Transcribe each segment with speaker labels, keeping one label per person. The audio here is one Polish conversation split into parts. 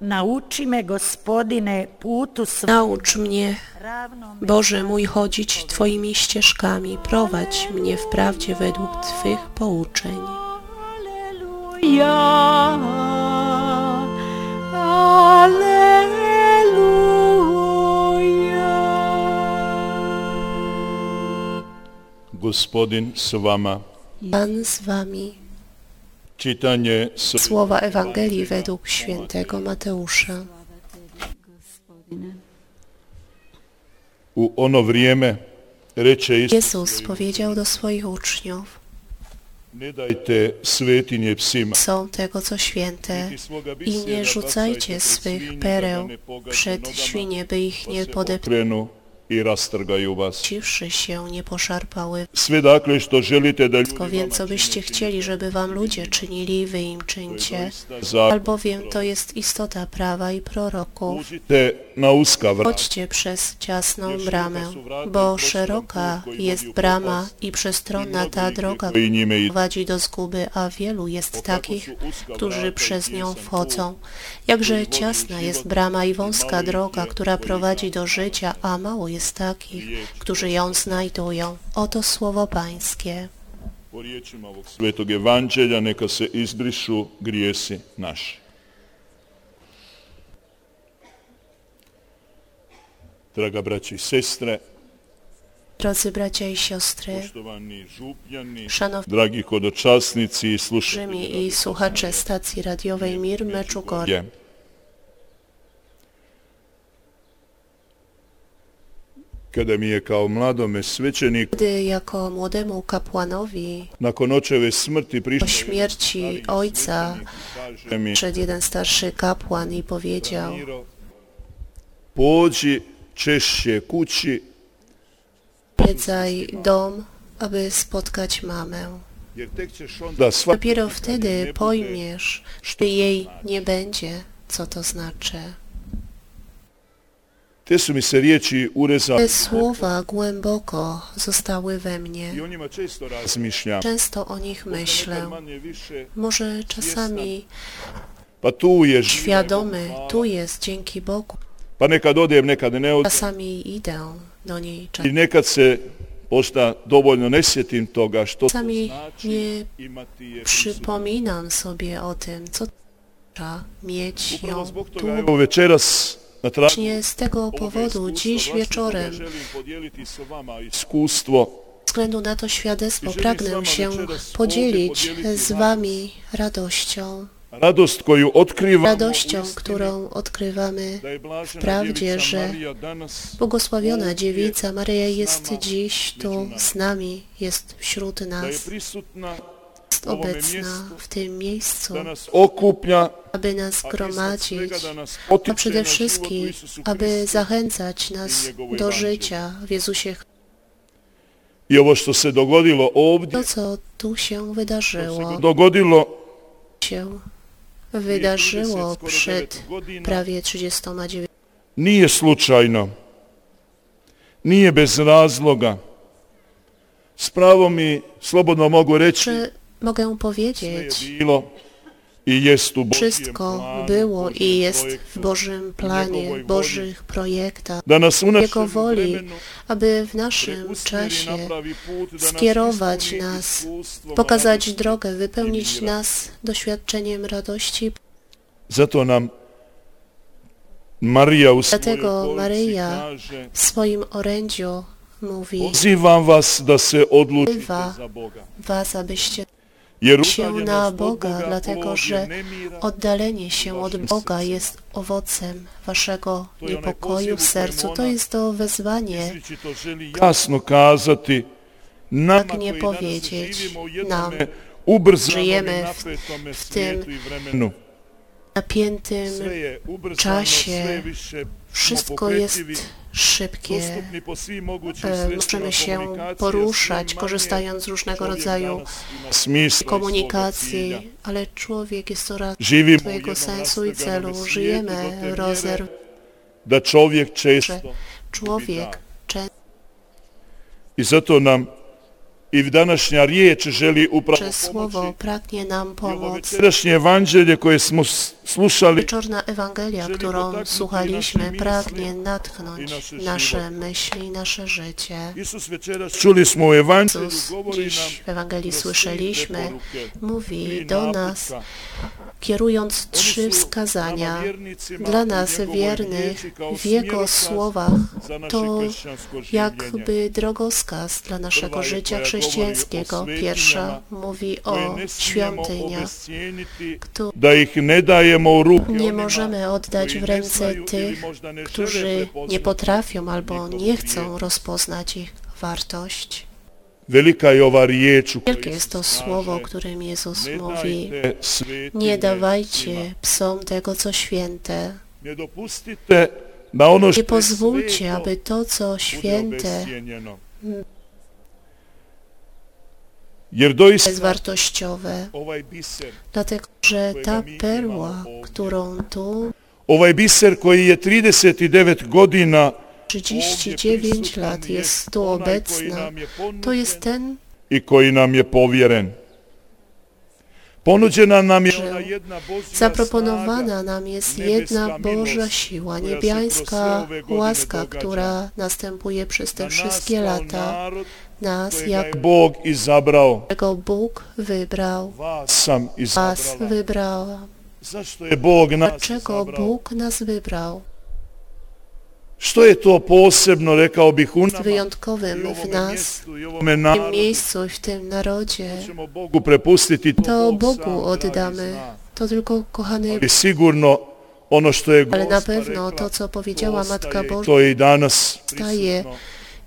Speaker 1: Nauči me gospodine putu svom
Speaker 2: Naucz mnie,
Speaker 1: ravnom
Speaker 2: Boże mój, chodzić Twoimi ścieżkami, prowadź mnie w prawdzie według Twych pouczeń.
Speaker 1: Aleluja, aleluja.
Speaker 3: Gospodin s vama.
Speaker 2: Pan z Wami.
Speaker 3: Čitanje s
Speaker 2: Słowa Ewangelii według świętego Mateusza.
Speaker 3: u ono vrijeme reče Isus,
Speaker 2: Jezus powiedział do swoich uczniów,
Speaker 3: ne dajte svetinje psima. pa
Speaker 2: są tego co święte
Speaker 3: niti svoga
Speaker 2: i
Speaker 3: bisera
Speaker 2: nie rzucajcie
Speaker 3: pred svinje,
Speaker 2: swych
Speaker 3: da
Speaker 2: pereł
Speaker 3: ne pogaze
Speaker 2: przed
Speaker 3: nogama,
Speaker 2: świnie, by ich
Speaker 3: pa
Speaker 2: nie
Speaker 3: se okrenu i rastrgaju vas.
Speaker 2: podepciwszy się, nie poszarpały.
Speaker 3: Sve dakle što želite da
Speaker 2: Tylko
Speaker 3: ljudima
Speaker 2: więc, co byście chcieli, żeby wam ludzie czynili, wy im czyńcie,
Speaker 3: za
Speaker 2: albowiem to jest istota prawa i proroków.
Speaker 3: uđite na uska vrata.
Speaker 2: Chodźcie przez ciasną bramę, bo szeroka jest brama i przestronna ta droga
Speaker 3: I njime idu.
Speaker 2: prowadzi do zguby, a wielu jest takich, którzy przez nią wchodzą. Jakże ciasna jest brama i wąska droga, która prowadzi do życia, a mało jest takich, którzy ją znajdują. Oto słowo Pańskie.
Speaker 3: Po riječima ovog svetog evanđelja neka se izbrišu grijesi naši. Draga braće i sestre,
Speaker 2: Drodzy bracia i siostry,
Speaker 3: poštovani župljani,
Speaker 2: szanowni
Speaker 3: dragi hodočasnici i slušatelji.
Speaker 2: i słuchacze stacji radiowej Mir Meczugorje.
Speaker 3: Je. Kada mi je kao mladome svećeniku
Speaker 2: Gdy jako młodemu kapłanowi
Speaker 3: nakon očeve smrti
Speaker 2: po
Speaker 3: prišao
Speaker 2: śmierci ojca
Speaker 3: kaže mi,
Speaker 2: przyszedł jeden starszy kapłan i powiedział
Speaker 3: Pođi češće kući
Speaker 2: Jedzaj dom, aby spotkać mamę.
Speaker 3: jer tek ćeš onda shvatiti
Speaker 2: Dopiero wtedy pojmiesz, że jej nie będzie, co to znaczy.
Speaker 3: Te su mi se riječi urezali
Speaker 2: Te słowa głęboko zostały we mnie.
Speaker 3: i o njima često razmišljam.
Speaker 2: Często o nich myślę.
Speaker 3: Nekad manje više,
Speaker 2: Może czasami
Speaker 3: Pa tu je živjeti,
Speaker 2: świadomy, tu jest dzięki Bogu.
Speaker 3: pa nekad odem, nekad ne odem.
Speaker 2: Czasami idę do niej,
Speaker 3: I nekad se možda dovoljno ne sjetim toga što to
Speaker 2: czasami nie
Speaker 3: znači imati je prisutno.
Speaker 2: przypominam sobie o tym, co trzeba mieć
Speaker 3: Upravo
Speaker 2: ją
Speaker 3: zbog
Speaker 2: tu.
Speaker 3: toga evo večeras na tragu
Speaker 2: Właśnie z tego
Speaker 3: ovoga
Speaker 2: powodu
Speaker 3: iskustva
Speaker 2: dziś
Speaker 3: vlastitoga
Speaker 2: wieczorem
Speaker 3: želim podijeliti sa vama iskustvo
Speaker 2: Ze względu na to świadectwo
Speaker 3: Jeżeli
Speaker 2: pragnę
Speaker 3: sama
Speaker 2: się
Speaker 3: wieczera z
Speaker 2: podzielić
Speaker 3: południem podzielić
Speaker 2: z Wami radością,
Speaker 3: Radost koju otkrivamo
Speaker 2: radością,
Speaker 3: u istini,
Speaker 2: którą odkrywamy.
Speaker 3: da je blažena
Speaker 2: prawdzie,
Speaker 3: djevica
Speaker 2: że
Speaker 3: Marija danas
Speaker 2: Błogosławiona
Speaker 3: ovdje
Speaker 2: dziewica Maryja jest
Speaker 3: z nama,
Speaker 2: dziś tu
Speaker 3: među
Speaker 2: z nami, jest wśród nas,
Speaker 3: da je prisutna,
Speaker 2: jest
Speaker 3: ovome
Speaker 2: obecna
Speaker 3: mjestu,
Speaker 2: w tym miejscu,
Speaker 3: da nas okuplja,
Speaker 2: aby nas
Speaker 3: a iznad
Speaker 2: gromadzić,
Speaker 3: svega da nas
Speaker 2: a
Speaker 3: potiče
Speaker 2: przede
Speaker 3: na život u
Speaker 2: wszystkim,
Speaker 3: Isusu
Speaker 2: aby
Speaker 3: Hristu.
Speaker 2: zachęcać nas do życia w Jezusie.
Speaker 3: I ovo što se dogodilo ovdje,
Speaker 2: To, co tu się
Speaker 3: što
Speaker 2: wydarzyło,
Speaker 3: se dogodilo
Speaker 2: się
Speaker 3: skoro
Speaker 2: wydarzyło
Speaker 3: devet
Speaker 2: przed
Speaker 3: godina.
Speaker 2: prawie 39
Speaker 3: nije slučajno, nije bez razloga. S pravom i slobodno mogu reći,
Speaker 2: Czy mogę
Speaker 3: sve je
Speaker 2: powiedzieć,
Speaker 3: bilo i jest u Božijem
Speaker 2: wszystko
Speaker 3: planu,
Speaker 2: było i
Speaker 3: Božijem
Speaker 2: jest w
Speaker 3: projektu.
Speaker 2: Bożym planie, w Bożych projektach,
Speaker 3: da nas u
Speaker 2: Jego
Speaker 3: našem
Speaker 2: woli,
Speaker 3: vremenu
Speaker 2: aby w naszym
Speaker 3: preusmjeri,
Speaker 2: czasie
Speaker 3: napravi put, da nas
Speaker 2: skierować
Speaker 3: ispuni
Speaker 2: nas,
Speaker 3: iskustvom
Speaker 2: pokazać
Speaker 3: radosti.
Speaker 2: drogę, wypełnić nas doświadczeniem radości.
Speaker 3: Zato nam Marija u svojoj
Speaker 2: Dlatego
Speaker 3: poruci
Speaker 2: Marija
Speaker 3: kaže,
Speaker 2: W swoim orędziu mówi
Speaker 3: pozivam vas da se odlučite
Speaker 2: Poziva
Speaker 3: za Boga.
Speaker 2: was, abyście
Speaker 3: Jer
Speaker 2: się
Speaker 3: udaljenost
Speaker 2: na
Speaker 3: od
Speaker 2: Boga, dlatego
Speaker 3: olovje
Speaker 2: że
Speaker 3: nemira,
Speaker 2: oddalenie się od Boga jest owocem waszego niepokoju w sercu. To jest to wezwanie,
Speaker 3: izričito želi jasno kazati nama
Speaker 2: pragnie
Speaker 3: koji danas
Speaker 2: Tak powiedzieć
Speaker 3: živimo u
Speaker 2: nam,
Speaker 3: jednome ubrzanom i
Speaker 2: żyjemy w-
Speaker 3: napetome
Speaker 2: w
Speaker 3: svijetu i vremenu.
Speaker 2: napiętym
Speaker 3: Sve je ubrzano,
Speaker 2: czasie
Speaker 3: sve više smo
Speaker 2: Wszystko jest
Speaker 3: pokretljivi,
Speaker 2: szybkie.
Speaker 3: dostupni po svim mogućim
Speaker 2: E,
Speaker 3: sredstvima
Speaker 2: Możemy się
Speaker 3: komunikacije,
Speaker 2: poruszać,
Speaker 3: sve manje
Speaker 2: korzystając z różnego
Speaker 3: čovjek
Speaker 2: rodzaju
Speaker 3: danas ima smisla i svoga
Speaker 2: komunikacji,
Speaker 3: cilja.
Speaker 2: ale człowiek jest coraz
Speaker 3: Živimo u
Speaker 2: swojego
Speaker 3: jednom
Speaker 2: sensu i
Speaker 3: rastrganome
Speaker 2: celu.
Speaker 3: svijetu do te
Speaker 2: Żyjemy
Speaker 3: mjere
Speaker 2: rozerw.
Speaker 3: da čovjek često
Speaker 2: Człowiek często
Speaker 3: i zato nam i današnja riječ želi upravo
Speaker 2: słowo pragnie nam
Speaker 3: I ovo
Speaker 2: pomóc.
Speaker 3: večerašnje evanđelje koje smo s- Slušali
Speaker 2: Wieczorna Ewangelia, którą słuchaliśmy, pragnie natchnąć nasze myśli, nasze życie.
Speaker 3: Isus večeras čuli smo u Evanđelju,
Speaker 2: Jezus
Speaker 3: govori nam
Speaker 2: dziś w Ewangelii
Speaker 3: kroz
Speaker 2: słyszeliśmy,
Speaker 3: silne poruke,
Speaker 2: mówi
Speaker 3: tri
Speaker 2: do
Speaker 3: naputka.
Speaker 2: nas, kierując
Speaker 3: Oni
Speaker 2: trzy
Speaker 3: su
Speaker 2: wskazania
Speaker 3: nama vjernicima
Speaker 2: dla
Speaker 3: i
Speaker 2: nas
Speaker 3: njegovoj
Speaker 2: wiernych
Speaker 3: riječi kao
Speaker 2: w Jego
Speaker 3: smjerokaz
Speaker 2: słowach,
Speaker 3: za naše
Speaker 2: to
Speaker 3: kršćansko življenje.
Speaker 2: jakby drogowskaz dla naszego
Speaker 3: Prva je
Speaker 2: życia
Speaker 3: koja govori o
Speaker 2: chrześcijańskiego.
Speaker 3: svetinjama,
Speaker 2: Pierwsza mówi
Speaker 3: koje
Speaker 2: o
Speaker 3: ne smijemo
Speaker 2: świątyniach,
Speaker 3: obescijeniti,
Speaker 2: któ-
Speaker 3: da ih ne dajemo u ruke
Speaker 2: nie
Speaker 3: onima
Speaker 2: możemy oddać
Speaker 3: koji
Speaker 2: w
Speaker 3: ne
Speaker 2: ręce
Speaker 3: znaju ili
Speaker 2: tych,
Speaker 3: možda ne žele
Speaker 2: którzy nie
Speaker 3: prepoznati.
Speaker 2: potrafią albo nie
Speaker 3: nikogo
Speaker 2: chcą
Speaker 3: nie.
Speaker 2: rozpoznać ich wartość.
Speaker 3: Velika je ova riječ u kojoj
Speaker 2: Wielkie jest tak, to
Speaker 3: Isus
Speaker 2: słowo, o
Speaker 3: kaže,
Speaker 2: którym Jezus
Speaker 3: "Ne
Speaker 2: mówi.
Speaker 3: dajte svetinje
Speaker 2: Nie
Speaker 3: svima."
Speaker 2: dawajcie psom tego, co święte.
Speaker 3: Ne dopustite da ono što
Speaker 2: Nie
Speaker 3: je
Speaker 2: pozwólcie,
Speaker 3: sveto
Speaker 2: aby to, co
Speaker 3: bude
Speaker 2: święte,
Speaker 3: obescijenjeno. Jer doista
Speaker 2: jest wartościowe,
Speaker 3: ovaj biser,
Speaker 2: dlatego że ta perła, którą tu
Speaker 3: ovaj biser koji je 39 godina
Speaker 2: 39 lat jest tu obecna, to jest ten,
Speaker 3: i koji nam je povjeren. Ponuđena nam je
Speaker 2: Że
Speaker 3: ona jedna Božja snaga
Speaker 2: zaproponowana nam jest jedna Boża siła, niebiańska łaska, która następuje przez
Speaker 3: na
Speaker 2: te
Speaker 3: nas
Speaker 2: wszystkie
Speaker 3: kao
Speaker 2: lata,
Speaker 3: narod
Speaker 2: nas,
Speaker 3: kojega je
Speaker 2: jak
Speaker 3: Bog izabrao.
Speaker 2: którego Bóg wybrał.
Speaker 3: Vas sam
Speaker 2: Was
Speaker 3: izabrala.
Speaker 2: wybrała.
Speaker 3: Zašto je Bog nas
Speaker 2: Dlaczego
Speaker 3: izabrao?
Speaker 2: Bóg nas wybrał?
Speaker 3: Što je to posebno, rekao bih, u nama i
Speaker 2: Wyjątkowym w
Speaker 3: ovome
Speaker 2: nas,
Speaker 3: mjestu i
Speaker 2: w
Speaker 3: ovome
Speaker 2: tym
Speaker 3: narodu?
Speaker 2: miejscu i w tym narodzie.
Speaker 3: ćemo Bogu prepustiti,
Speaker 2: To
Speaker 3: Bog sam,
Speaker 2: Bogu
Speaker 3: dragi,
Speaker 2: oddamy.
Speaker 3: zna.
Speaker 2: To tylko kochany,
Speaker 3: I sigurno ono što je
Speaker 2: ale na
Speaker 3: Gospa
Speaker 2: pewno
Speaker 3: rekla,
Speaker 2: to, co powiedziała Matka
Speaker 3: ostaje i
Speaker 2: Boża
Speaker 3: To je i danas
Speaker 2: staje
Speaker 3: prisutno.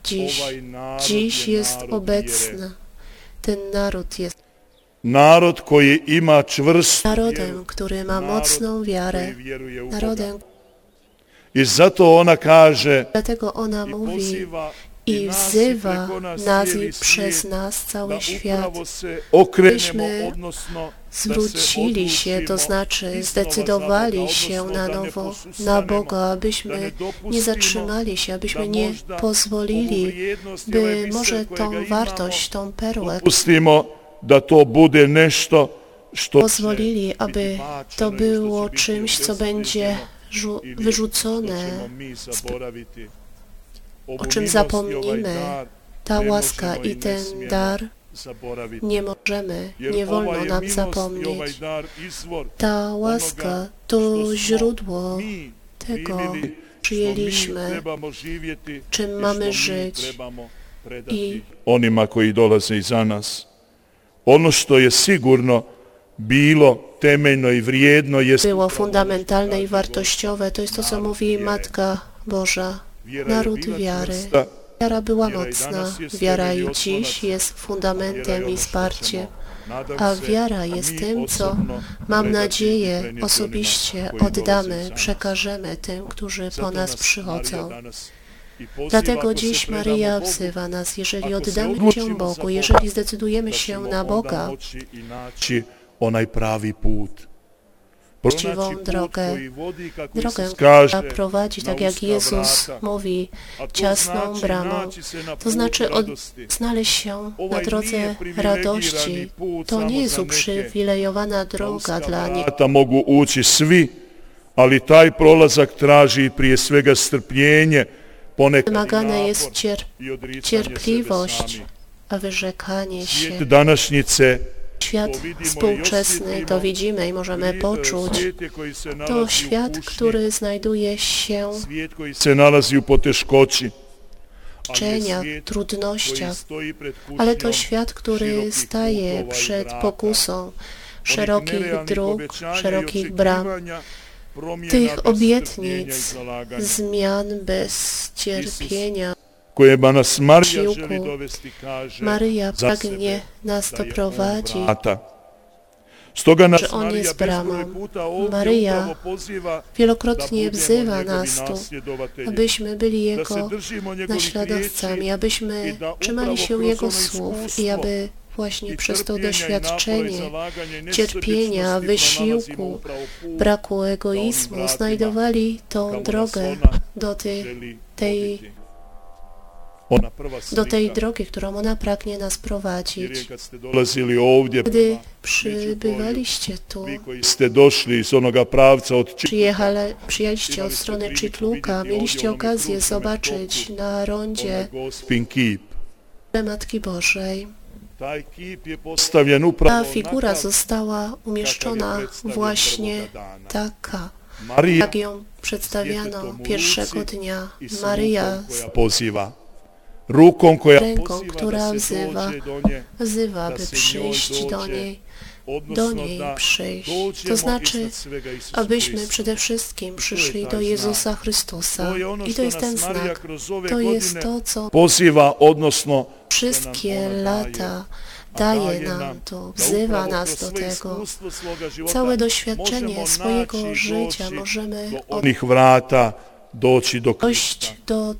Speaker 2: dziś,
Speaker 3: Ovaj narod
Speaker 2: dziś
Speaker 3: je
Speaker 2: jest
Speaker 3: narod vjere.
Speaker 2: obecna. Ten naród jest
Speaker 3: Narod koji ima čvrstu vjeru,
Speaker 2: narodem, który ma
Speaker 3: narod
Speaker 2: mocną wiarę,
Speaker 3: koji vjeruje u Boga.
Speaker 2: narodem,
Speaker 3: I zato ona kaže
Speaker 2: dlatego ona
Speaker 3: i
Speaker 2: mówi
Speaker 3: poziva
Speaker 2: i
Speaker 3: nas
Speaker 2: wzywa
Speaker 3: preko nas
Speaker 2: nas
Speaker 3: cijeli
Speaker 2: i przez
Speaker 3: svijet
Speaker 2: nas
Speaker 3: da
Speaker 2: cały świat.
Speaker 3: upravo se okrenemo,
Speaker 2: Myśmy
Speaker 3: odnosno
Speaker 2: Zwrócili się, to znaczy zdecydowali się na nowo na Boga, abyśmy nie zatrzymali się, abyśmy nie pozwolili, by może tą wartość, tą perłę
Speaker 3: pustimo da to bude nešto što
Speaker 2: pozwolili,
Speaker 3: no
Speaker 2: aby to było czymś, co będzie żu-
Speaker 3: će
Speaker 2: wyrzucone.
Speaker 3: mi zaboraviti. Ovu
Speaker 2: o czym
Speaker 3: milost i ovaj
Speaker 2: zapomnimy.
Speaker 3: dar
Speaker 2: Ta łaska i ten dar
Speaker 3: zaboraviti.
Speaker 2: nie możemy,
Speaker 3: Jer
Speaker 2: nie
Speaker 3: ova
Speaker 2: wolno
Speaker 3: je
Speaker 2: nam
Speaker 3: milost i ovaj
Speaker 2: zapomnieć.
Speaker 3: dar izvor
Speaker 2: Ta łaska to źródło
Speaker 3: mi
Speaker 2: tego
Speaker 3: primili, što mi
Speaker 2: przyjęliśmy,
Speaker 3: trebamo živjeti
Speaker 2: czym
Speaker 3: i
Speaker 2: mamy
Speaker 3: što mi
Speaker 2: żyć
Speaker 3: trebamo predati
Speaker 2: i-
Speaker 3: onima koji dolaze iza nas. Ono što je sigurno bilo temeljno i vrijedno jest
Speaker 2: było fundamentalne i wartościowe. To jest to, co mówi Matka Boża. Naród wiary. Wiara była mocna. Wiara i dziś jest fundamentem i wsparciem.
Speaker 3: a wiara jest tym, co, mam nadzieję, osobiście oddamy, przekażemy
Speaker 2: przekażemy tym, którzy po nas przychodzą. Dlatego dziś Maria wzywa nas, jeżeli oddamy się Bogu, jeżeli zdecydujemy się na Boga,
Speaker 3: onaj prawy put.
Speaker 2: Właściwą drogę. drogę, która
Speaker 3: która
Speaker 2: prowadzi, tak jak Jezus mówi, ciasną bramą. To znaczy od, znaleźć się na drodze radości. To nie jest uprzywilejowana droga dla niektórych.
Speaker 3: Vrata mogu ući svi, ali taj prolazak traži prije svega strpljenje, ponekad i
Speaker 2: Wymagana
Speaker 3: napor
Speaker 2: jest cier,
Speaker 3: i odricanje sebe
Speaker 2: cierpliwość,
Speaker 3: sami.
Speaker 2: a wyrzekanie
Speaker 3: Svijet
Speaker 2: się.
Speaker 3: današnjice
Speaker 2: Świat współczesny to widzimy i możemy
Speaker 3: i, e,
Speaker 2: poczuć.
Speaker 3: svijet je koji se nalazi
Speaker 2: To
Speaker 3: u
Speaker 2: świat,
Speaker 3: kušnji,
Speaker 2: który znajduje się
Speaker 3: svijet koji se nalazi u poteškoći,
Speaker 2: w
Speaker 3: ali je
Speaker 2: czeniach,
Speaker 3: svijet koji
Speaker 2: trudnościach,
Speaker 3: stoji pred kušnjom
Speaker 2: ale to świat, który
Speaker 3: szerokich
Speaker 2: staje
Speaker 3: putów i
Speaker 2: przed
Speaker 3: wrat,
Speaker 2: pokusą szerokich
Speaker 3: szerokich
Speaker 2: dróg, szerokich bram,
Speaker 3: tych
Speaker 2: obietnic,
Speaker 3: obietnic,
Speaker 2: zmian bez cierpienia.
Speaker 3: koje ba nas Marija
Speaker 2: Siłku.
Speaker 3: želi dovesti, kaže,
Speaker 2: Maryja
Speaker 3: za sebe,
Speaker 2: pragnie nas
Speaker 3: da
Speaker 2: to
Speaker 3: je on
Speaker 2: prowadzić.
Speaker 3: vrata. Stoga nas
Speaker 2: że on
Speaker 3: Marija
Speaker 2: jest
Speaker 3: bezbroj
Speaker 2: bramą.
Speaker 3: puta ovdje
Speaker 2: Maryja
Speaker 3: upravo poziva da
Speaker 2: Wielokrotnie
Speaker 3: budemo
Speaker 2: wzywa
Speaker 3: njegovi
Speaker 2: nas tu,
Speaker 3: nasljedovatelji,
Speaker 2: abyśmy byli
Speaker 3: da se
Speaker 2: Jego
Speaker 3: držimo njegovih
Speaker 2: naśladowcami,
Speaker 3: riječi i
Speaker 2: abyśmy
Speaker 3: da upravo
Speaker 2: trzymali się
Speaker 3: kroz
Speaker 2: Jego
Speaker 3: ono
Speaker 2: słów
Speaker 3: iskustvo
Speaker 2: i aby właśnie
Speaker 3: i
Speaker 2: przez to
Speaker 3: trpljenja i napora i
Speaker 2: doświadczenie
Speaker 3: zalaganja i
Speaker 2: cierpienia,
Speaker 3: nesebičnosti pronalazimo
Speaker 2: wysiłku,
Speaker 3: upravo put
Speaker 2: braku egoizmu znajdowali tą drogę do tej, tej
Speaker 3: ona prva slika,
Speaker 2: do tej drogi, którą ona pragnie nas
Speaker 3: jer je
Speaker 2: prowadzić.
Speaker 3: kad ste dolazili ovdje,
Speaker 2: Gdy przybywaliście tu,
Speaker 3: vi koji ste došli iz onoga pravca od Či-
Speaker 2: przyjechale, przyjechaliście od strony Czytluka, mieliście okazję zobaczyć na rondzie
Speaker 3: gospin kip.
Speaker 2: Matki Bożej.
Speaker 3: Taj kip je postavljen upravo
Speaker 2: Ta figura
Speaker 3: onakav
Speaker 2: została umieszczona właśnie taka,
Speaker 3: Marija
Speaker 2: jak ją przedstawiano pierwszego dnia.
Speaker 3: i s
Speaker 2: Maryja
Speaker 3: rukom koja poziva. Rukom koja
Speaker 2: Ręką,
Speaker 3: poziva
Speaker 2: która
Speaker 3: da se dođe
Speaker 2: wzywa.
Speaker 3: do nje,
Speaker 2: wzywa,
Speaker 3: da
Speaker 2: by
Speaker 3: se
Speaker 2: przyjść
Speaker 3: njoj
Speaker 2: do
Speaker 3: dođe,
Speaker 2: niej,
Speaker 3: odnosno
Speaker 2: do niej
Speaker 3: da
Speaker 2: przyjść.
Speaker 3: dođemo
Speaker 2: To znaczy,
Speaker 3: iznad svega Isusu
Speaker 2: abyśmy
Speaker 3: Hristu.
Speaker 2: przede wszystkim przyszli
Speaker 3: taj
Speaker 2: do
Speaker 3: znak.
Speaker 2: Jezusa Chrystusa.
Speaker 3: To je ono
Speaker 2: I to
Speaker 3: što
Speaker 2: jest ten
Speaker 3: nas Marija
Speaker 2: znak.
Speaker 3: kroz ove
Speaker 2: To jest
Speaker 3: godine
Speaker 2: to, co
Speaker 3: poziva, odnosno
Speaker 2: wszystkie
Speaker 3: ona daje.
Speaker 2: lata
Speaker 3: a
Speaker 2: daje nam to,
Speaker 3: da
Speaker 2: wzywa
Speaker 3: upravo
Speaker 2: nas
Speaker 3: kroz
Speaker 2: do
Speaker 3: svoje
Speaker 2: tego.
Speaker 3: iskustvo svoga života
Speaker 2: Całe
Speaker 3: možemo
Speaker 2: doświadczenie swojego
Speaker 3: naći i
Speaker 2: życia
Speaker 3: doći
Speaker 2: możemy
Speaker 3: do onih vrata doći do Krista.
Speaker 2: dojść do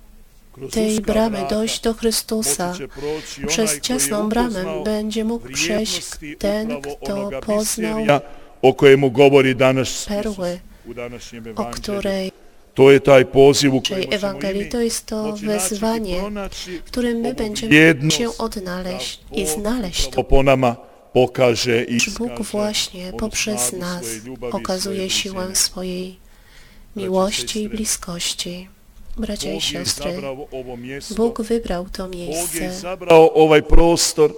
Speaker 3: Kroz
Speaker 2: tej
Speaker 3: uska
Speaker 2: bramy,
Speaker 3: vrata
Speaker 2: dojść do Chrystusa.
Speaker 3: moći će proći onaj koji
Speaker 2: Przez
Speaker 3: je
Speaker 2: ciasną bramę
Speaker 3: upoznao
Speaker 2: będzie mógł przejść
Speaker 3: vrijednosti
Speaker 2: ten,
Speaker 3: upravo
Speaker 2: kto
Speaker 3: onoga
Speaker 2: poznał,
Speaker 3: misterija o kojemu govori danas
Speaker 2: perły,
Speaker 3: Isus u današnjem
Speaker 2: o
Speaker 3: evanđelju.
Speaker 2: której
Speaker 3: To je taj poziv u kojem
Speaker 2: Czyli Ewangelii to jest to wezwanie, w którym my będziemy
Speaker 3: jedność,
Speaker 2: się odnaleźć i znaleźć
Speaker 3: To
Speaker 2: to.
Speaker 3: po nama pokaże i
Speaker 2: Czy Bóg
Speaker 3: wskaże,
Speaker 2: właśnie
Speaker 3: odnosno
Speaker 2: poprzez
Speaker 3: sławy
Speaker 2: nas
Speaker 3: swojej ljubavi i
Speaker 2: okazuje
Speaker 3: swojej
Speaker 2: siłę
Speaker 3: blizny.
Speaker 2: swojej miłości i bliskości. Bracia i
Speaker 3: Bóg je
Speaker 2: siostry,
Speaker 3: zabrao ovo mjesto,
Speaker 2: Bóg wybrał to
Speaker 3: Bóg je
Speaker 2: miejsce.
Speaker 3: zabrao ovaj prostor,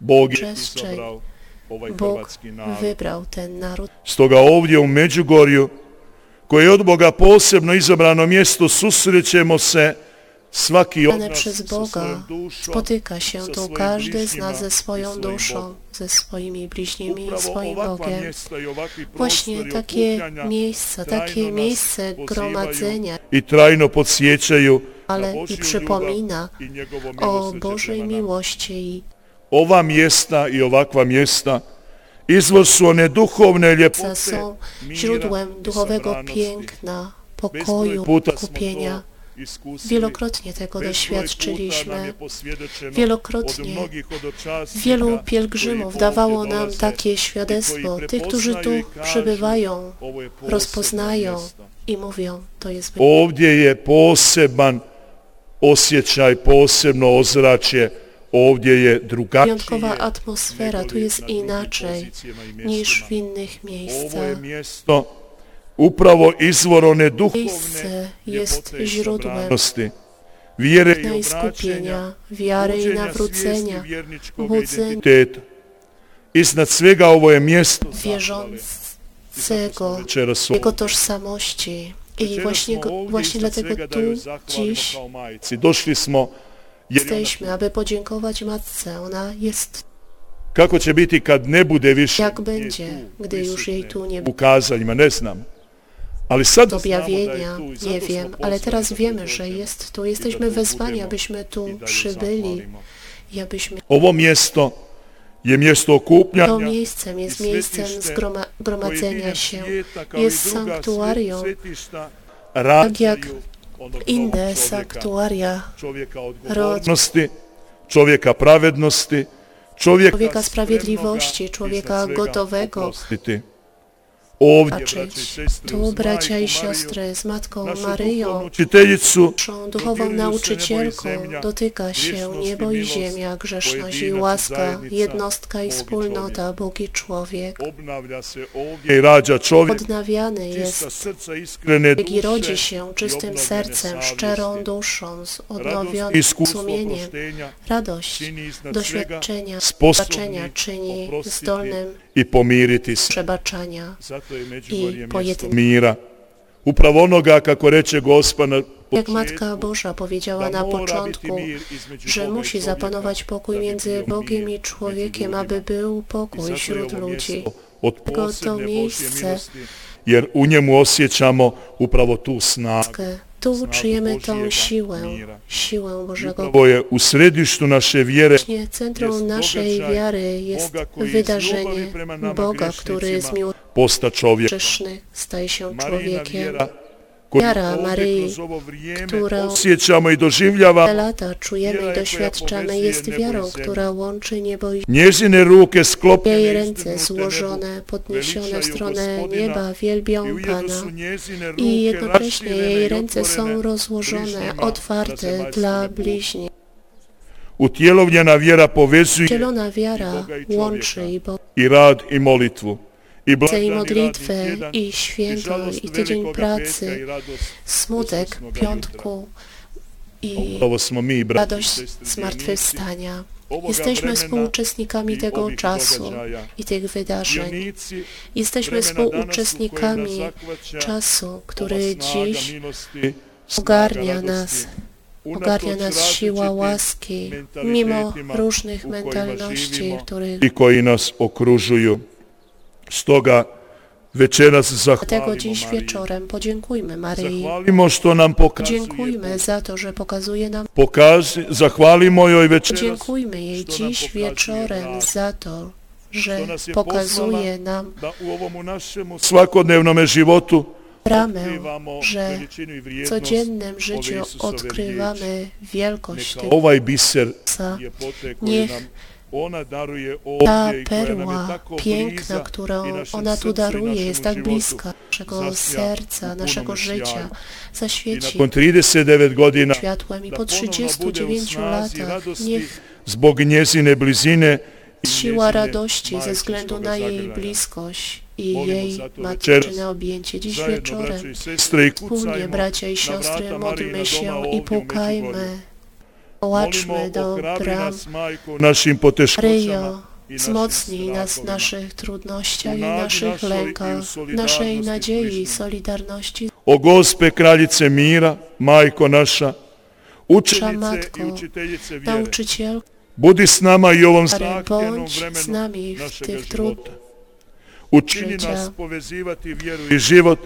Speaker 3: Bóg je
Speaker 2: Przestrzeń.
Speaker 3: izabrao ovaj
Speaker 2: Bóg
Speaker 3: hrvatski narod.
Speaker 2: wybrał ten naród.
Speaker 3: Stoga ovdje u Međugorju, koje je od Boga posebno izabrano mjesto, susrećemo se svaki od
Speaker 2: Dane
Speaker 3: nas
Speaker 2: przez
Speaker 3: sa svojom
Speaker 2: Boga
Speaker 3: dušom,
Speaker 2: spotyka się
Speaker 3: ze
Speaker 2: tu
Speaker 3: swoim
Speaker 2: każdy z
Speaker 3: bliźnima
Speaker 2: nas ze
Speaker 3: i
Speaker 2: swoją
Speaker 3: swoim
Speaker 2: duszą,
Speaker 3: Bogiem.
Speaker 2: ze swoimi bliźnimi i
Speaker 3: Upravo
Speaker 2: swoim
Speaker 3: ovakva
Speaker 2: Bogiem.
Speaker 3: mjesta i ovakvi
Speaker 2: Właśnie
Speaker 3: prostori
Speaker 2: takie
Speaker 3: okupljanja
Speaker 2: miejsca,
Speaker 3: trajno
Speaker 2: takie
Speaker 3: nas
Speaker 2: miejsce
Speaker 3: pozivaju
Speaker 2: gromadzenia,
Speaker 3: i trajno podsjećaju
Speaker 2: ale
Speaker 3: na Božju
Speaker 2: i przypomina
Speaker 3: ljubav i njegovo
Speaker 2: o
Speaker 3: milosrđe
Speaker 2: Bożej
Speaker 3: prema nama.
Speaker 2: miłości i
Speaker 3: Ova mjesta i ovakva mjesta izvor su one duhovne
Speaker 2: za
Speaker 3: ljepote,
Speaker 2: są
Speaker 3: mira i
Speaker 2: źródłem duchowego
Speaker 3: sabranosti.
Speaker 2: piękna,
Speaker 3: Bezbroj
Speaker 2: pokoju,
Speaker 3: puta smo to
Speaker 2: kupienia.
Speaker 3: iskusili.
Speaker 2: Wielokrotnie tego
Speaker 3: Bezbroj puta nam je
Speaker 2: doświadczyliśmy.
Speaker 3: posvjedočeno
Speaker 2: Wielokrotnie
Speaker 3: od mnogih hodočasnika
Speaker 2: Wielu
Speaker 3: koji
Speaker 2: pielgrzymów
Speaker 3: ovdje
Speaker 2: dawało nam
Speaker 3: dolaze
Speaker 2: takie
Speaker 3: i
Speaker 2: świadectwo.
Speaker 3: koji
Speaker 2: Tych, którzy tu
Speaker 3: prepoznaju i kažu,
Speaker 2: przybywają,
Speaker 3: "Ovo je posebno
Speaker 2: rozpoznają
Speaker 3: mjesto."
Speaker 2: i mówią, to jest
Speaker 3: Ovdje je poseban osjećaj, posebno ozračje, ovdje je drugačije
Speaker 2: wyjątkowa atmosfera, tu jest inaczej niż w innych
Speaker 3: Ovo je
Speaker 2: miejscach.
Speaker 3: mjesto upravo izvor one duhovne
Speaker 2: Miejsce jest
Speaker 3: ljepote i
Speaker 2: źródłem
Speaker 3: sabranosti, vjere i
Speaker 2: piękna i
Speaker 3: obraćenja,
Speaker 2: skupienia, wiary i
Speaker 3: buđenja
Speaker 2: nawrócenia.
Speaker 3: svijesti vjerničkog
Speaker 2: budzenia.
Speaker 3: identiteta. Iznad svega ovo je mjesto zahvale.
Speaker 2: wierzącego,
Speaker 3: Večeras
Speaker 2: jego
Speaker 3: ovdje.
Speaker 2: tożsamości. I
Speaker 3: Večeras
Speaker 2: właśnie,
Speaker 3: smo
Speaker 2: go-
Speaker 3: ovdje
Speaker 2: właśnie
Speaker 3: iznad
Speaker 2: dlatego
Speaker 3: svega da
Speaker 2: tu
Speaker 3: joj zahvalimo
Speaker 2: dziś
Speaker 3: kao majci. Došli smo jer je ona
Speaker 2: jesteśmy, aby podziękować Matce. Ona jest
Speaker 3: Kako će biti kad ne bude više
Speaker 2: jak
Speaker 3: nje
Speaker 2: będzie,
Speaker 3: tu
Speaker 2: gdy już
Speaker 3: prisutne
Speaker 2: jej tu nie
Speaker 3: u kazanjima, ne znam. Ali sad
Speaker 2: objawienia,
Speaker 3: znamo da je tu i zato
Speaker 2: nie
Speaker 3: smo
Speaker 2: wiem,
Speaker 3: pozvani
Speaker 2: ale teraz
Speaker 3: da
Speaker 2: wiemy,
Speaker 3: tu
Speaker 2: że
Speaker 3: dođemo
Speaker 2: jest tu. Jesteśmy wezwani, abyśmy
Speaker 3: i
Speaker 2: tu
Speaker 3: da joj
Speaker 2: przybyli
Speaker 3: zahvalimo.
Speaker 2: i abyśmy...
Speaker 3: Ovo mjesto je mjesto okupljanja
Speaker 2: To miejscem jest miejscem zgroma- gromadzenia się, jest sanktuarium,
Speaker 3: tak
Speaker 2: jak inne sanktuaria
Speaker 3: čovjeka odgovornosti, čovjeka pravednosti,
Speaker 2: Człowieka
Speaker 3: čovjeka
Speaker 2: sprawiedliwości,
Speaker 3: spremnoga
Speaker 2: człowieka
Speaker 3: iznad svega
Speaker 2: gotowego
Speaker 3: oprostiti. Ovdje, braće i
Speaker 2: patrzeć.
Speaker 3: sestre,
Speaker 2: Tu
Speaker 3: uz
Speaker 2: bracia i
Speaker 3: majku Mariju,
Speaker 2: siostry z Matką
Speaker 3: našu duhovnu
Speaker 2: Maryją,
Speaker 3: učiteljicu,
Speaker 2: naszą duchową
Speaker 3: Dodiruje się
Speaker 2: nauczycielką,
Speaker 3: niebo i ziemia,
Speaker 2: dotyka się
Speaker 3: grzeszność i
Speaker 2: niebo i
Speaker 3: miłość,
Speaker 2: ziemia, grzeszność i
Speaker 3: pojedynek i
Speaker 2: łaska,
Speaker 3: zajednica,
Speaker 2: jednostka i
Speaker 3: Bóg i
Speaker 2: wspólnota, Bóg i człowiek.
Speaker 3: obnavlja se ovdje i rađa čovjek,
Speaker 2: Odnawiany
Speaker 3: čista
Speaker 2: jest,
Speaker 3: srca iskrene
Speaker 2: i rodzi
Speaker 3: duše
Speaker 2: się
Speaker 3: i
Speaker 2: czystym
Speaker 3: obnovljene
Speaker 2: sercem,
Speaker 3: savjesti.
Speaker 2: szczerą duszą, z
Speaker 3: Radost i
Speaker 2: odnowionym
Speaker 3: iskustvo
Speaker 2: sumieniem.
Speaker 3: oproštenja
Speaker 2: Radość
Speaker 3: čini iznad svega
Speaker 2: doświadczenia,
Speaker 3: sposobni
Speaker 2: zobaczenia czyni
Speaker 3: oprostiti
Speaker 2: zdolnym
Speaker 3: i pomiriti se.
Speaker 2: przebaczania.
Speaker 3: Zato je Međugorje
Speaker 2: i
Speaker 3: mjesto
Speaker 2: pojedin-
Speaker 3: mira. Upravo onoga, kako reče Gospa na
Speaker 2: Jak
Speaker 3: početku,
Speaker 2: Matka Boża powiedziała
Speaker 3: da
Speaker 2: na
Speaker 3: mora biti
Speaker 2: początku,
Speaker 3: mir između
Speaker 2: że
Speaker 3: Boga i
Speaker 2: musi
Speaker 3: čovjeka,
Speaker 2: zapanować pokój
Speaker 3: da bi
Speaker 2: między
Speaker 3: bio mir
Speaker 2: Bogiem i
Speaker 3: među
Speaker 2: człowiekiem,
Speaker 3: ljudima.
Speaker 2: aby był
Speaker 3: I zato
Speaker 2: pokój
Speaker 3: je
Speaker 2: wśród
Speaker 3: ovo
Speaker 2: ludzi.
Speaker 3: mjesto od
Speaker 2: Tego to
Speaker 3: posebne Božje
Speaker 2: miejsce.
Speaker 3: milosti, jer u njemu osjećamo upravo tu snagu.
Speaker 2: Tu czujemy tą siłę,
Speaker 3: mira.
Speaker 2: siłę Bożego.
Speaker 3: Upravo je u središtu naše vjere
Speaker 2: Właśnie centrum
Speaker 3: jest
Speaker 2: naszej
Speaker 3: događaj
Speaker 2: wiary jest
Speaker 3: Boga koji iz
Speaker 2: wydarzenie
Speaker 3: ljubavi prema nama
Speaker 2: Boga, który z
Speaker 3: grzešnicima
Speaker 2: miłości
Speaker 3: posta čovjek.
Speaker 2: grzeszny staje się
Speaker 3: Marijina
Speaker 2: człowiekiem.
Speaker 3: vjera koju
Speaker 2: Vjera
Speaker 3: ovdje
Speaker 2: Mariji,
Speaker 3: kroz ovo vrijeme
Speaker 2: która-
Speaker 3: osjećamo i doživljavamo
Speaker 2: Te lata czujemy i doświadczamy jest wiarą, która łączy niebo i
Speaker 3: Njezine ruke sklopljene
Speaker 2: jej
Speaker 3: i
Speaker 2: ręce
Speaker 3: izdignute nebu
Speaker 2: złożone, podniesione
Speaker 3: veličaju
Speaker 2: w stronę
Speaker 3: Gospodina
Speaker 2: nieba,
Speaker 3: i u
Speaker 2: wielbią
Speaker 3: jedu
Speaker 2: Pana.
Speaker 3: su njezine ruke
Speaker 2: I jednocześnie
Speaker 3: raširene
Speaker 2: jej
Speaker 3: i
Speaker 2: ręce
Speaker 3: otvorene
Speaker 2: są rozłożone,
Speaker 3: bliźnjima, da se
Speaker 2: otwarte
Speaker 3: majstore
Speaker 2: dla
Speaker 3: Bóg.
Speaker 2: bliźni.
Speaker 3: Utjelovljena vjera povezuje
Speaker 2: Zielona wiara łączy i Boga
Speaker 3: i rad i molitwu. I
Speaker 2: i
Speaker 3: blagdani radni
Speaker 2: modlitwy,
Speaker 3: tjedan,
Speaker 2: i święto,
Speaker 3: žalost
Speaker 2: i tydzień
Speaker 3: velikoga petka i
Speaker 2: pracy,
Speaker 3: radost
Speaker 2: smutek
Speaker 3: uskrsnoga jutra.
Speaker 2: piątku i
Speaker 3: Ovo smo mi, braći i
Speaker 2: radość
Speaker 3: sestre,
Speaker 2: zmartwychwstania.
Speaker 3: ovoga
Speaker 2: Jesteśmy
Speaker 3: vremena
Speaker 2: współuczestnikami
Speaker 3: i
Speaker 2: tego
Speaker 3: ovih
Speaker 2: czasu
Speaker 3: događaja.
Speaker 2: i tych wydarzeń.
Speaker 3: Dionici,
Speaker 2: Jesteśmy
Speaker 3: vremena danas u koje nas
Speaker 2: współuczestnikami
Speaker 3: zahvaća
Speaker 2: czasu,
Speaker 3: ova
Speaker 2: który
Speaker 3: snaga
Speaker 2: dziś
Speaker 3: milosti, snaga
Speaker 2: ogarnia
Speaker 3: radosti.
Speaker 2: nas,
Speaker 3: Unatoč
Speaker 2: ogarnia nas siła
Speaker 3: različitim
Speaker 2: łaski, mimo
Speaker 3: mentalitetima
Speaker 2: różnych
Speaker 3: u kojima
Speaker 2: mentalności,
Speaker 3: živimo
Speaker 2: których
Speaker 3: i koji nas okružuju. Stoga večeras zahvalimo
Speaker 2: Dlatego dziś
Speaker 3: Mariji.
Speaker 2: wieczorem podziękujmy Maryi.
Speaker 3: Zahvalimo što nam pokazuje.
Speaker 2: Dziękujmy za to, że pokazuje nam.
Speaker 3: Pokaz, zahvalimo joj večeras
Speaker 2: Dziękujmy jej
Speaker 3: Što nam
Speaker 2: dziś
Speaker 3: pokazuje
Speaker 2: wieczorem
Speaker 3: nas.
Speaker 2: za to,
Speaker 3: Što
Speaker 2: że
Speaker 3: nas je
Speaker 2: pokazuje nam
Speaker 3: da u ovomu našemu svakodnevnom životu
Speaker 2: bramę,
Speaker 3: otkrivamo
Speaker 2: że
Speaker 3: veličinu i
Speaker 2: w
Speaker 3: vrijednost
Speaker 2: codziennym życiu
Speaker 3: ove Isusove riječi.
Speaker 2: odkrywamy wielkość
Speaker 3: Neka
Speaker 2: tego
Speaker 3: ovaj biser
Speaker 2: Ojca.
Speaker 3: je pote koju
Speaker 2: Niech
Speaker 3: nam ona daruje
Speaker 2: Ta
Speaker 3: ovdje i koja nam je
Speaker 2: perła
Speaker 3: tako
Speaker 2: piękna,
Speaker 3: bliza i
Speaker 2: którą
Speaker 3: našem
Speaker 2: ona tu
Speaker 3: srcu i
Speaker 2: daruje,
Speaker 3: našemu
Speaker 2: jest tak
Speaker 3: životu.
Speaker 2: bliska naszego
Speaker 3: Zasja u
Speaker 2: serca,
Speaker 3: punom
Speaker 2: naszego
Speaker 3: sjaju.
Speaker 2: życia,
Speaker 3: I
Speaker 2: zaświeci
Speaker 3: nakon 39 godina
Speaker 2: światłem i
Speaker 3: da
Speaker 2: po
Speaker 3: ponovno bude u
Speaker 2: 39
Speaker 3: snazi
Speaker 2: latach
Speaker 3: radosti
Speaker 2: niech
Speaker 3: zbog njezine blizine i
Speaker 2: siła
Speaker 3: njezine
Speaker 2: radości ze względu na
Speaker 3: majčinskoga
Speaker 2: jej
Speaker 3: zagrljaja.
Speaker 2: bliskość i
Speaker 3: Molimo
Speaker 2: jej
Speaker 3: za to večeras.
Speaker 2: matczyne objęcie. Dziś
Speaker 3: Zajedno, braćo
Speaker 2: wieczorem
Speaker 3: i sestre,
Speaker 2: wspólnie,
Speaker 3: i kucajmo
Speaker 2: bracia i
Speaker 3: na
Speaker 2: siostry,
Speaker 3: vrata
Speaker 2: módlmy
Speaker 3: Marijina doma
Speaker 2: się
Speaker 3: ovdje
Speaker 2: i
Speaker 3: u Međugorju.
Speaker 2: pukajmy. Ołaczmy
Speaker 3: Molimo,
Speaker 2: do
Speaker 3: ohrabri
Speaker 2: bram.
Speaker 3: nas, majku, našim poteškoćama
Speaker 2: Ryjo,
Speaker 3: i našim
Speaker 2: wzmocnij nas w
Speaker 3: strahovima.
Speaker 2: naszych trudnościach
Speaker 3: U
Speaker 2: i
Speaker 3: nadi
Speaker 2: naszych
Speaker 3: naszoj i
Speaker 2: lękach,
Speaker 3: u
Speaker 2: w
Speaker 3: solidarnosti
Speaker 2: naszej nadziei i
Speaker 3: Chrystusa.
Speaker 2: solidarności.
Speaker 3: O Gospe, kraljice mira, majko naša, učenice
Speaker 2: Matko,
Speaker 3: i učiteljice vjere,
Speaker 2: Nauczyciel,
Speaker 3: budi s nama i u ovom
Speaker 2: stary,
Speaker 3: zahtjevnom
Speaker 2: bądź z
Speaker 3: vremenu
Speaker 2: nami w
Speaker 3: našega
Speaker 2: tych trudnych
Speaker 3: života. Učini
Speaker 2: życia.
Speaker 3: nas povezivati vjeru i život,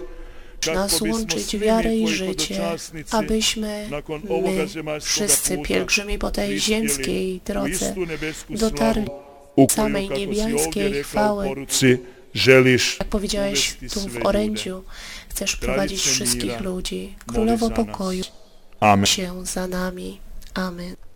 Speaker 3: kako
Speaker 2: nas
Speaker 3: bismo
Speaker 2: łączyć
Speaker 3: svi
Speaker 2: wiarę
Speaker 3: mi
Speaker 2: i
Speaker 3: koji
Speaker 2: życie,
Speaker 3: hodočasnici
Speaker 2: abyśmy
Speaker 3: nakon ovoga
Speaker 2: my,
Speaker 3: zemaljskoga
Speaker 2: wszyscy
Speaker 3: puta
Speaker 2: pielgrzymi po tej
Speaker 3: prispjeli
Speaker 2: ziemskiej
Speaker 3: u
Speaker 2: drodze,
Speaker 3: istu nebesku
Speaker 2: dotarli
Speaker 3: slavu, u koju,
Speaker 2: samej
Speaker 3: kako si
Speaker 2: niebiańskiej
Speaker 3: ovdje rekla u
Speaker 2: chwały.
Speaker 3: poruci, želiš
Speaker 2: jak powiedziałeś tu
Speaker 3: Uvesti swe
Speaker 2: w orędziu, chcesz prowadzić
Speaker 3: Kraljice
Speaker 2: wszystkich
Speaker 3: mira,
Speaker 2: ludzi.
Speaker 3: moli
Speaker 2: Królowo
Speaker 3: za nas.
Speaker 2: pokoju
Speaker 3: Amen.
Speaker 2: się za nami. Amen.